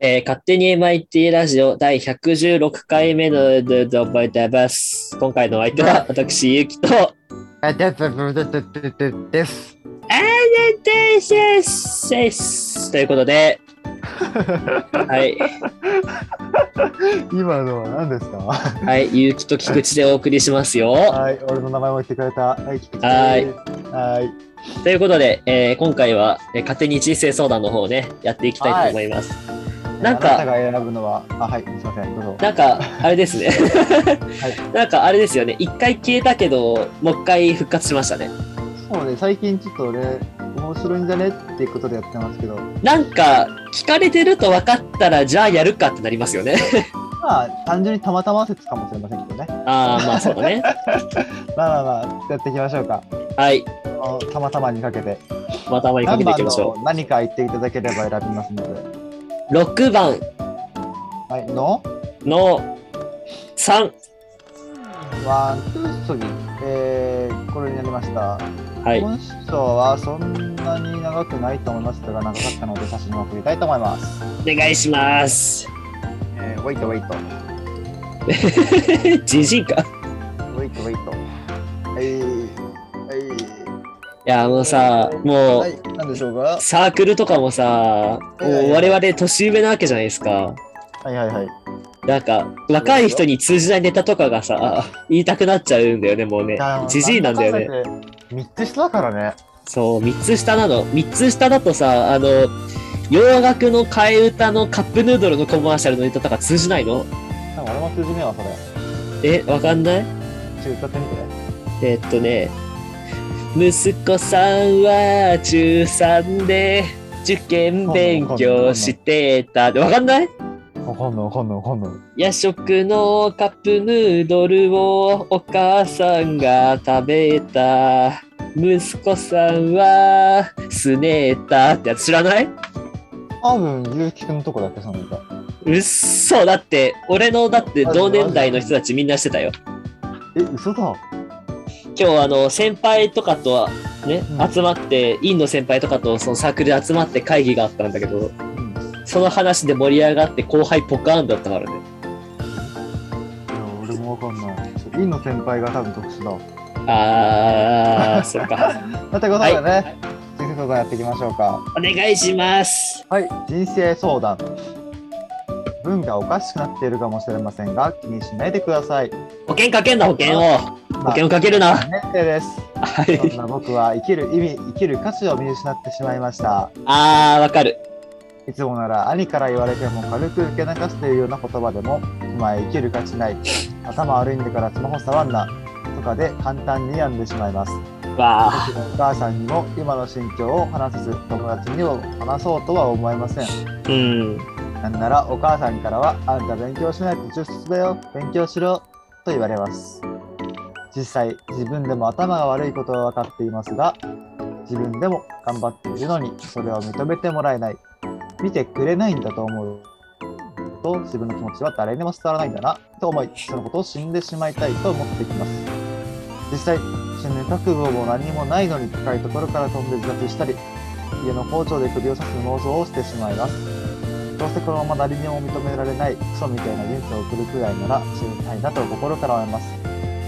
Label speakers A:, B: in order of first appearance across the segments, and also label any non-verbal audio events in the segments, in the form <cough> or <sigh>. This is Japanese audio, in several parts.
A: えー勝手に MIT ラジオ第116回目のドゥドゥバイタバス。今回のお相手は私、ゆきと、
B: あ、で、で、で、で、で、で、です。
A: でせっせっすということで、はい、
B: 今のは何ですか
A: はい、ゆうきと菊池でお送りしますよ。
B: はい、俺の名前も言ってくれた。はい、聞く
A: はい
B: はい。
A: ということで、えー今回は、えー勝手に人生相談の方をね、やっていきたいと思います。なんか
B: あなたが選ぶのは、あ、はい、すいません、どうぞ。
A: なんか、あれですね。
B: は
A: なんか、あれですよね。一回消えたけど、もう一回復活しましたね。
B: そうね、最近ちょっと俺、面白いんじゃねっていうことでやってますけど、
A: なんか、聞かれてると分かったら、じゃあやるかってなりますよね。 <laughs>
B: まあ、単純にたまたま説かもしれませんけどね。
A: ああ、まあそうだね。
B: まあまあまあ、やっていきましょうか。
A: はい。
B: あのたまたまにかけて。
A: またまにかけていきましょ
B: 何番の何か言っていただければ選びますので。
A: う。6番
B: はい、の
A: の3。
B: ワン、ツー、スリー。えー、これになりました。
A: はい。
B: 本章はそんなに長くないと思いますが、長かったので写真を送りたいと思います。
A: お願いします。 <laughs>
B: えー、ウェイトウェイト、
A: じじいか。い
B: ウェイトウェイト。はい、はい。
A: や、もうさ、も
B: は
A: う、
B: い、なんでしょうか
A: サークルとかもさ、もう我々年上なわけじゃないですか。
B: はいはいはい。
A: なんか、若い人に通じないネタとかがさ、言いたくなっちゃうんだよね、もうね。じじいなんだよね。
B: ね。3つ下だからね。
A: そう、3つ下なの。3つ下だとさ、あの、洋楽の替え歌のカップヌードルのコマーシャルのネタとか通じないの
B: なんか俺も数字ねえわ、それ。
A: え、わかんない
B: ちょ、歌ってみて。
A: えっとね、息子さんは中3で受験勉強してた。わかんない
B: わかんないわかんないわかんない。
A: 夜食のカップヌードルをお母さんが食べた。息子さんはすねたってやつ知らない
B: 多分、ゆうきくんのとこだけ、その歌。
A: うっそだって俺のだって同年代の人たちみんなしてたよ
B: え、嘘だ。
A: 今日あの先輩とかとはね、
B: うん
A: 集まって院の先輩とかとそのサークルで集まって会議があったんだけど
B: うん。い
A: その話で盛り上がって後輩ポカーンだったからね
B: や、俺もわかんない。インの先輩が多分特殊だ。
A: あーそっ
B: <laughs>
A: か
B: まあということでね、人生相談やっていきましょうか。
A: お願いします
B: はい、人生相談。文がおかしくなっているかもしれませんが、気にしないでください。
A: 保険かけんな保険を保
B: 保
A: 険をかけるな
B: 年齢です。
A: は
B: そん
A: い
B: な僕は生きる意味、生きる価値を見失ってしまいました。
A: <laughs> あーわかる
B: いつもなら兄から言われても軽く受け流しているような言葉でも、お前生きる価値ない。頭悪いんだからスマホ触んな。とかで簡単に病んでしまいます。
A: わあ
B: お母さんにも今の心境を話せず、友達にも話そうとは思えません。
A: うん
B: なんならお母さんからは、あんた勉強しないと出世だよ、勉強しろ、と言われます。実際、自分でも頭が悪いことは分かっていますが、自分でも頑張っているのに、それを認めてもらえない。見てくれないんだと思う。と、自分の気持ちは誰にも伝わらないんだな、と思い、そのことを死んでしまいたいと思ってきます。実際、死ぬ覚悟も何もないのに高いところから飛んで自殺したり、家の包丁で首を刺す妄想をしてしまいます。どうせこのまま誰にも認められないクソみたいな人生を送るくらいなら死にたいなと心から思います。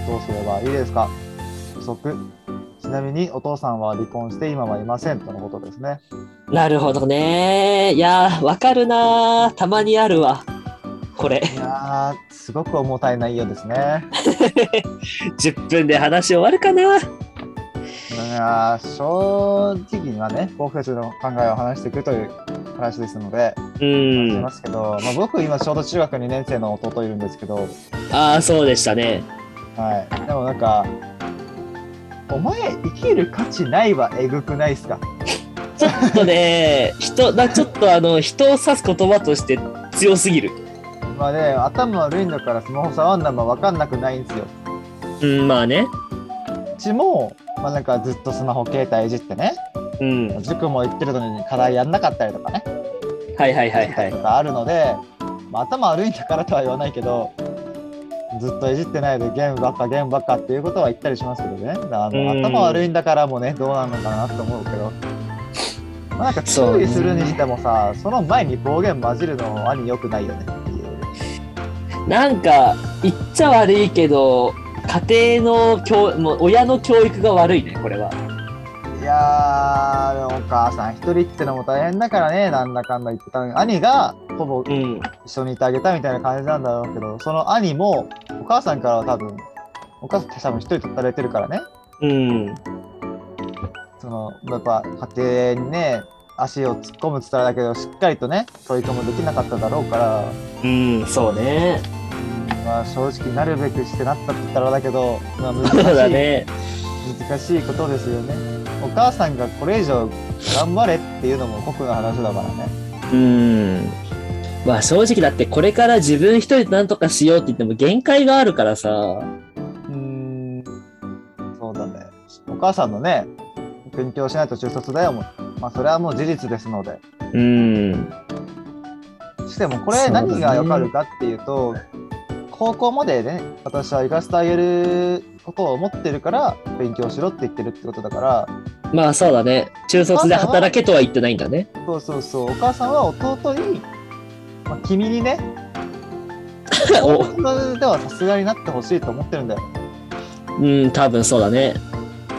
B: どうすればいいですか不足。ちなみにお父さんは離婚して今はいませんとのことですね。
A: なるほどねいやーわかるなーたまにあるわこれ
B: いやー、すごく重たい内容ですね。
A: <laughs> 10分で話終わるかない
B: やー、正直にはね、僕たちの考えを話していくという話ですので、
A: う
B: 話し
A: ん
B: ますけど、まあ、僕今ちょうど中学2年生の弟いるんですけど、
A: ああそうでしたね
B: はい。でもなんか、お前生きる価値ないはえぐくないっすか
A: ちょっとね、 <laughs> 人、なちょっとあの、人を指す言葉として強すぎる。
B: まあね、頭悪いんだからスマホ触んなま分かんなくないんですよ。
A: うん、まあね。
B: うちも、まあなんかずっとスマホ携帯いじってね、
A: うん。
B: 塾も行ってるのに課題やんなかったりとかね、
A: はいはいはいは
B: と
A: い。
B: かあるので、まあ頭悪いんだからとは言わないけど、ずっといじってないでゲームばっかゲームばっかっていうことは言ったりしますけどね、あ
A: うん
B: の頭悪いんだからもね、どうなのかなと思うけど、まあなんか注意するにしてもさその前に暴言混じるの兄良くないよねっていう
A: なんか言っちゃ悪いけど家庭の教もう親の教育が悪いねこれはい
B: やーでもお母さん一人ってのも大変だからねなんだかんだ言ってたのに兄がほぼ
A: うん
B: 一緒にいてあげたみたいな感じなんだろうけどその兄もお母さんからは多分お母さんって多分一人とったれてるからね
A: うん
B: そのやっぱ家庭にね足を突っ込むって言ったらだけどしっかりとね取り組むできなかっただろうから、
A: うんそうね
B: うんまあ、正直なるべくしてなったって言ったらだけど、まあ、難し
A: そ
B: いう
A: だね
B: 難しいことですよねお母さんがこれ以上頑張れっていうのも酷な話だからね
A: うんまあ正直だってこれから自分一人で何とかしようって言っても限界があるからさ
B: うんそうだねお母さんのね勉強しないと中卒だよもうまあそれはもう事実ですので
A: うん
B: してもこ
A: そうです
B: れ
A: ね
B: 何がわかるかっていうと高校までね私は行かせてあげることを思ってるから勉強しろって言ってるってことだから
A: まあそうだね中卒で働けとは言ってないんだね
B: そうそうそうお母さんは弟に、まあ、君にね
A: お
B: 弟ではさすがになってほしいと思ってるんだよ
A: うん多分そうだね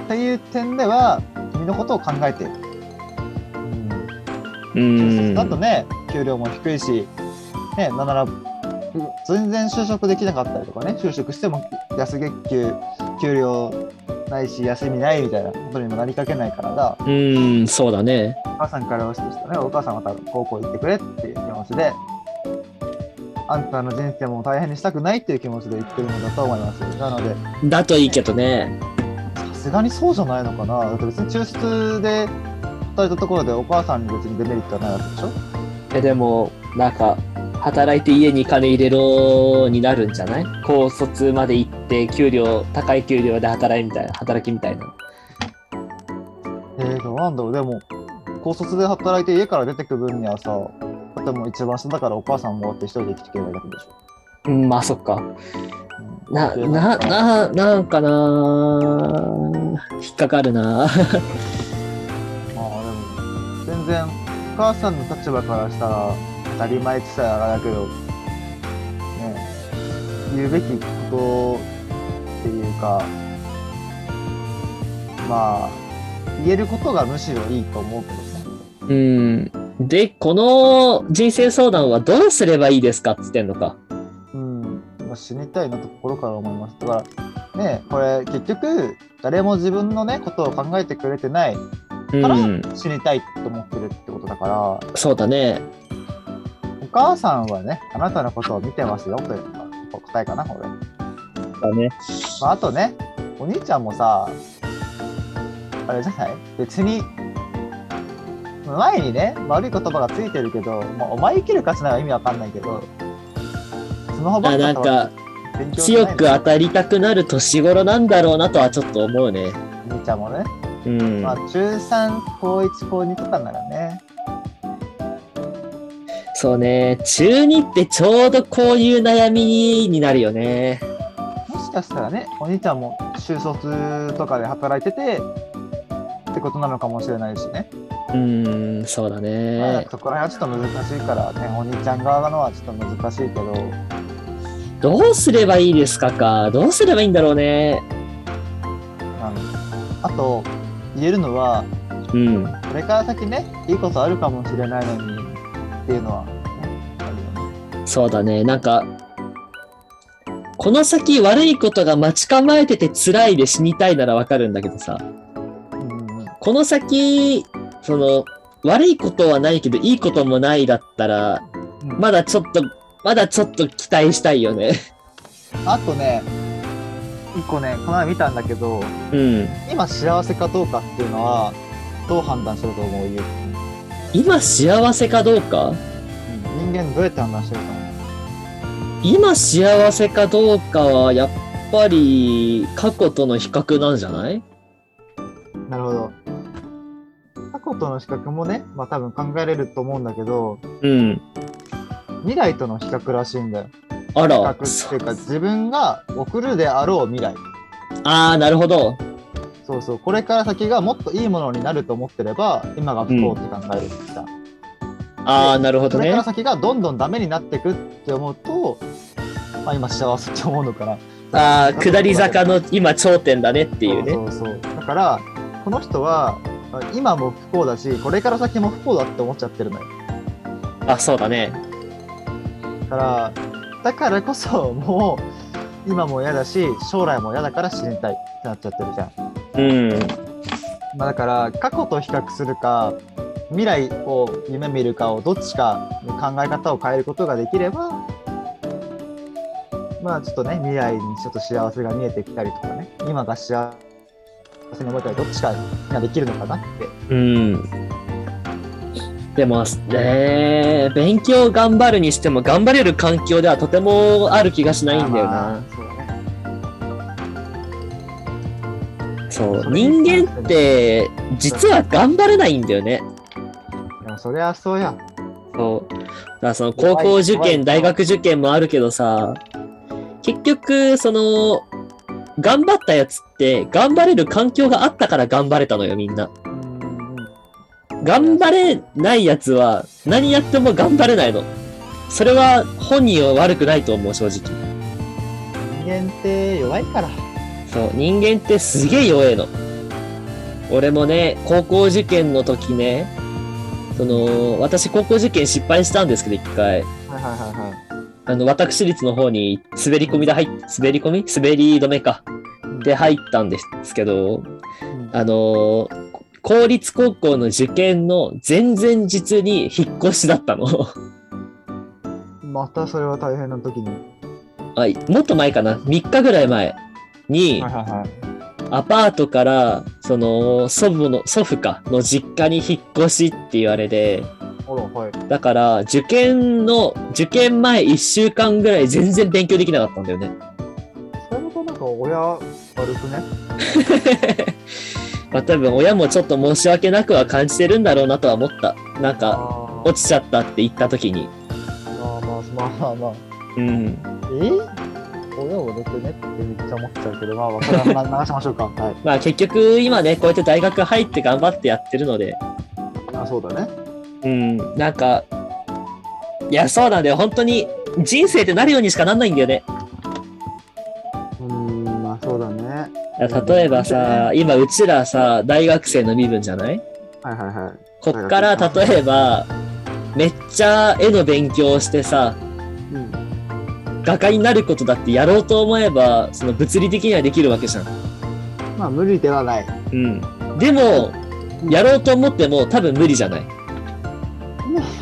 B: っていう点では君のことを考えている、うん、
A: う
B: 中卒
A: ん
B: だとね給料も低いしねなんなら全然就職できなかったりとかね就職しても安月給給料ないし休みないみたいなことにもなりかけないからだ
A: うんそうだね
B: お母さんからはしてしたねお母さんは多分高校行ってくれっていう気持ちであんたの人生も大変にしたくないっていう気持ちで言ってるのだと思いますなので
A: だといいけどね
B: さすがにそうじゃないのかなだって別に中卒で働いたところでお母さんに別にデメリットはないわけでしょ
A: えでもなんか働いて家に金入れろになるんじゃない高卒まで行って給料高い給料で働いみたいな働きみたいな
B: えー、どうなんだろうでも高卒で働いて家から出てく分にはさだってもう一番下だからお母さんもらって一人で生きていけばいいだけでしょ
A: うんまあそっか
B: うん
A: ななななんかな引っかかるな
B: まあでも全然お母さんの立場からしたら当たり前って言ったらあれだけどね言うべきことっていうかまあ言えることがむしろいいと思うけどね
A: うんでこの人生相談はどうすればいいですかっつってんのか
B: うん、まあ死にたいなと心から思います。だから、ね、これ結局、誰も自分のね、ことを考えてくれてないか
A: う
B: ら
A: ん
B: 死にたいと思ってるってことだから、
A: そうだね
B: お母さんはね、あなたのことを見てますよというのが答えかな、これ。ま
A: だね
B: あ、あとね、お兄ちゃんもさ、あれじゃない別に、前にね、悪い言葉がついてるけど、まあ、お前生きる価値なんか意味わかんないけど、スマホばっ
A: あな
B: か
A: ん
B: 触っ
A: か
B: て勉強しない
A: 強
B: の
A: く当たりたくなる年頃なんだろうなとはちょっと思うね
B: お兄ちゃんもね。
A: うん
B: まあ、中3高1高2とかならね
A: そうね中2ってちょうどこういう悩みになるよね
B: もしかしたらねお兄ちゃんも就卒とかで働いててってことなのかもしれないしね、
A: うんそうだ
B: まあなん
A: ね
B: かそこら辺はちょっと難しいからねお兄ちゃん側のはちょっと難しいけど
A: どうすればいいですかかどうすればいいんだろうね
B: なんあと言えるのは
A: うん
B: これから先ねいいことあるかもしれないのにっていうのは、ね、あるよね
A: そうだね。なんか、この先悪いことが待ち構えてて辛いで死にたいならわかるんだけどさ、
B: うんうん
A: この先、その、悪いことはないけど、いいこともないだったら、
B: うん
A: まだちょっと、まだちょっと期待したいよね。
B: あとね一個ねこの前見たんだけど
A: うん。
B: 今幸せかどうかっていうのはどう判断すると思うゆうきくん
A: 今幸せかどうか
B: 人間どうやって判断してると思
A: 今幸せかどうかは、やっぱり、過去との比較なんじゃないう
B: なるほど過去との比較もねまあ多分考えれると思うんだけど
A: うん。
B: 未来との比較らしいんだよ
A: あ
B: 比
A: ら、
B: 較っていうか自分が送るであろう未来
A: ああ、なるほど。
B: そうそうこれから先がもっといいものになると思ってれば今が不幸って考えるんだ、
A: ああ、なるほ
B: そ
A: ど
B: れ
A: ね
B: から。先がどんどんダメになってくって思うと、まあ、今幸せって思うのかなっ
A: ああ、下り坂の今頂点だねって
B: て
A: いうね。
B: そうそうそうだからこの人はまあ今も不幸だしこれから先も不幸だって思っちゃってるのよ
A: あ、そうだね。
B: だからだからこそもう今も嫌だし将来も嫌だから死にたいってなっちゃってるじゃん
A: うん。
B: まあ、だから過去と比較するか未来を夢見るかをどっちかの考え方を変えることができればまあちょっとね未来にちょっと幸せが見えてきたりとかね今が幸せに思えたりどっちかができるのかなって
A: うん。でも、ねー勉強頑張るにしても、頑張れる環境ではとてもある気がしないんだよ
B: ま
A: な
B: あ。そう
A: そう
B: だねそ。れ
A: 人間って、実は頑張れないんだよね。
B: でもそれはそうや
A: そう。だからその高校受
B: 怖い怖
A: 験、
B: い
A: 大学受験もあるけどさ、結局、その、頑張ったやつって、頑張れる環境があったから頑張れたのよ、みんな。
B: うん
A: 頑張れないやつは、何やっても頑張れないの。それは本人は悪くないと思う、正直。
B: 人間って弱いから
A: そう、人間ってすげえ弱えの。俺もね、高校受験の時ね、その、私高校受験失敗したんですけど、一回。
B: はいはいはいはい
A: あの、私立の方に滑り込みで入っ、滑り込み滑り止めか。で入ったんですけど、
B: うん
A: あのーこ公立高校の受験の前々日に引っ越しだったの。
B: またそれは大変な時に
A: あいもっと前かな。3日ぐらい前に、
B: はいはいはい
A: アパートから、その、祖母の、祖父か、の実家に引っ越しって言われて、
B: あらはい
A: だから、受験の、受験前1週間ぐらい全然勉強できなかったんだよね。
B: それもなんか親悪くね
A: まあ多分親もちょっと申し訳なくは感じてるんだろうなとは思った。なんか、
B: あー
A: 落ちちゃったって言った時に。
B: まあまあまあまあまあ。
A: うん。
B: え親を出てねってめっちゃ思っちゃうけど、まあ、これは流しましょう <laughs> か。はい。
A: まあ結局今ね、こうやって大学入って頑張ってやってるので、
B: まあ、そうだね。
A: うん、なんか、いや、そうなんだよ。本当に人生ってなるようにしかなんないんだよね。
B: うーん、まあ、そうだね。はい
A: いや例えばさ、今うちらさ、大学生の身分じゃない
B: はいはい。
A: こっから
B: 大学生
A: 例えば、めっちゃ絵の勉強をしてさ、
B: うん。
A: 画家になることだってやろうと思えば、その物理的にはできるわけじゃん。
B: まあ、無理ではない。 <laughs>
A: うん、でもやろうと思っても多分無理じゃない、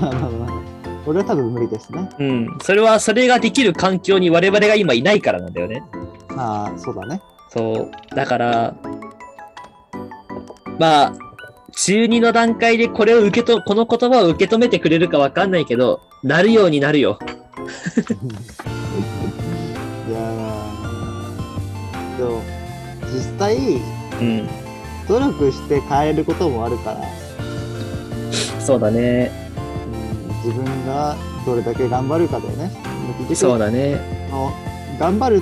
B: まあまあまあ。俺は多分無理ですね。
A: うん、それはそれができる環境に我々が今いないからなんだよね
B: まあ、そうだね。
A: そうだからまあ中2の段階でこれを受けとこの言葉を受け止めてくれるかわかんないけどなるようになるよ
B: <laughs> いやーでも、実際、
A: うん
B: 努力して変えることもあるから、
A: そうだね
B: うん、自分がどれだけ頑張るかだよね。
A: そうだね
B: その頑張るっ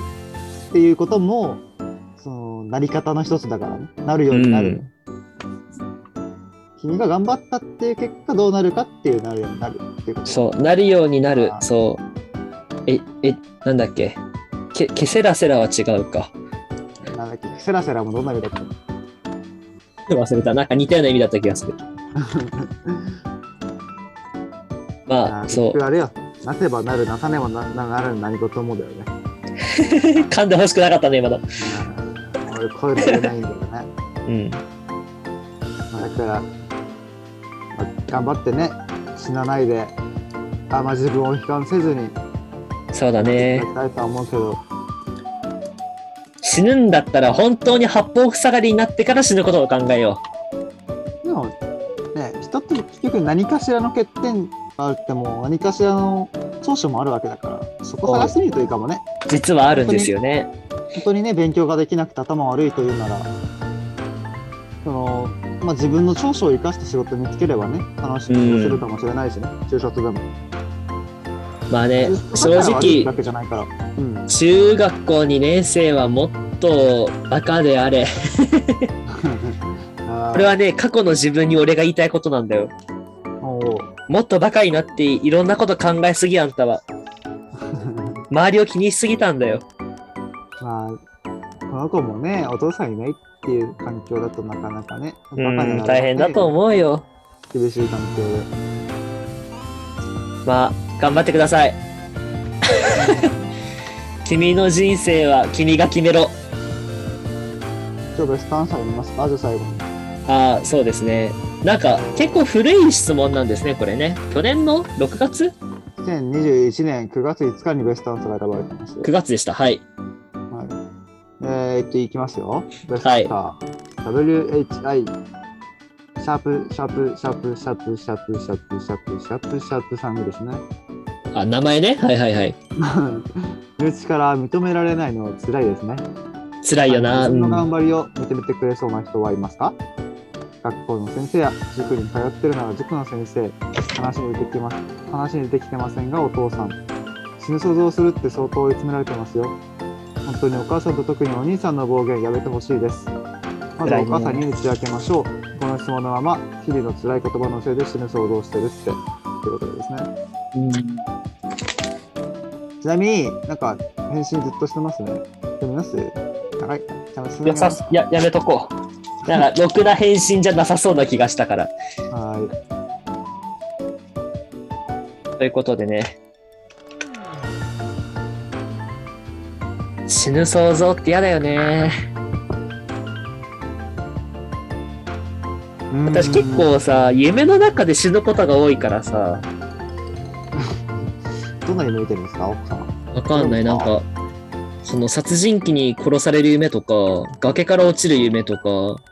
B: ていうこともそのなり方の一つだからねなるようになる、君が頑張ったっていう結果どうなるかっていうなるようになるっていうこと
A: そうなるようになる
B: あー
A: そうええなんだっけけけせらせらは違うか <laughs>
B: なんだっけセラセラもどんな意味だったの
A: 忘れたなんか似たような意味だった気が <laughs> するま
B: あ
A: あ
B: ー
A: そう
B: 結局あれよなせばなるなさねばなななる何事もだよね
A: 噛んでほしくなかったね、今の。
B: うん俺こういうの言えないんだよね、
A: う
B: ま
A: ん。
B: あ、だから、まあ頑張ってね死なないであんま自分を悲観せずに
A: そうだ
B: や
A: ね
B: り。たいとは思うけど、
A: 死ぬんだったら本当に八方塞がりになってから死ぬことを考えよ
B: でもね人って結局何かしらの欠点があっても何かしらの長所もあるわけだからそこ探してみるといいかもね
A: う。実はあるんですよね。
B: 本当にね勉強ができなくて頭悪いというならその、まあ、自分の長所を生かした仕事を見つければね楽しく過ごせるかもしれないしね、中卒でも
A: まあね、正
B: 中卒だから悪い
A: 直
B: わ、けじゃないから、うん、
A: 中学校2年生はもっとバカであれ。
B: あ
A: これはね、過去の自分に俺が言いたいことなんだよ。
B: も
A: もっとバカになっていろんなこと考えすぎあんたは。周りを気にしすぎたんだよ。
B: う、まあ、この子もね、お父さんいないっていう環境だとなかなかね、
A: う
B: バカになる
A: ん、大変だと思うよ。
B: 厳しい環境で。
A: まあ、頑張ってくださ <laughs> い。君の人生は君が決めろ。
B: ちょうどスタンサー見ます。まず最後に。
A: ああ、そうですね。なんか、結構古い質問なんですね、これね。去年の6月
B: 2021年9月5日にベストアンサーが選ばれてました
A: ?9 月でした。はい。
B: はい、えー、っと、いきますよ。ベストア
A: は
B: ン
A: い
B: サー。WHI、シャープ、シャープ、シャープ、シャープ、シャープ、シャープ、シャープ、シャープ、シャープさんがですね。
A: あ、名前ね。はいはいはい。
B: <laughs> 身内から認められないのは辛いですね。
A: 辛いよな。う
B: 自分の
A: ん、
B: 頑張りを認めてくれそうな人はいますか学校の先生や塾に通ってるなら塾の先生話に出てきます話に出てきてませんがお父さん死ぬ想像するって相当追い詰められてますよ本当にお母さんと特にお兄さんの暴言やめてほしいですまずお母さんに打ち明けましょうこの質問のまま日々の辛い言葉のせいで死ぬ想像してるってということですね
A: うん
B: ちなみになんか返信ずっとしてますね読みますはいじゃあ進め
A: よ
B: ま
A: さ
B: す
A: ややめとこう。なんか、ろくな返信じゃなさそうな気がしたから。
B: はい
A: ということでね。死ぬ想像って嫌だよね。私結構さ、夢の中で死ぬことが多いからさ、
B: どんなに向いてるんですか奥さん
A: わかんない、なんか、その殺人鬼に殺される夢とか、崖から落ちる夢とか、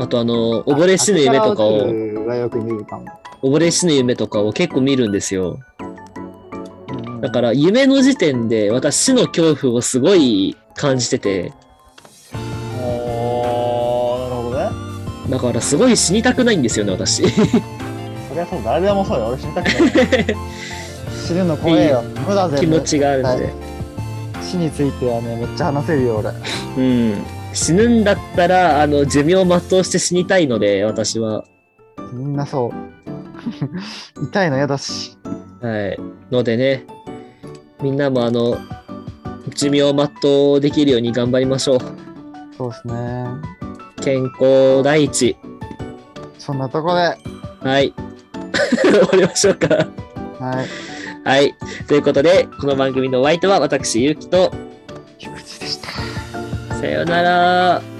A: あとあの、溺れ死ぬ夢とか
B: あ
A: を、
B: 宝はよく見るかも
A: 溺れ死ぬ夢とかを結構見るんですよ。
B: うん
A: だから夢の時点で私死の恐怖をすごい感じてて、
B: おーなるほどね
A: だからすごい死にたくないんですよね、私。
B: そりゃそう誰でもそうよ俺死にた
A: <laughs>
B: くない死ぬの怖えよ無だぜ
A: 気持ちがあるんで。
B: 死についてはねめっちゃ話せるよ俺
A: うん。死ぬんだったら、あの、寿命を全うして死にたいので、私は。
B: みんなそう <laughs> 痛いの嫌だし
A: はい。のでね、みんなもあの、寿命を全うできるように頑張りましょう。
B: そうですね
A: 健康第一。
B: そんなとこではい
A: はい。 <laughs> 終わりましょうか。 <laughs> はい。ということで、この番組のお相手は私、ゆうきと、
B: 菊池でした
A: さようなら。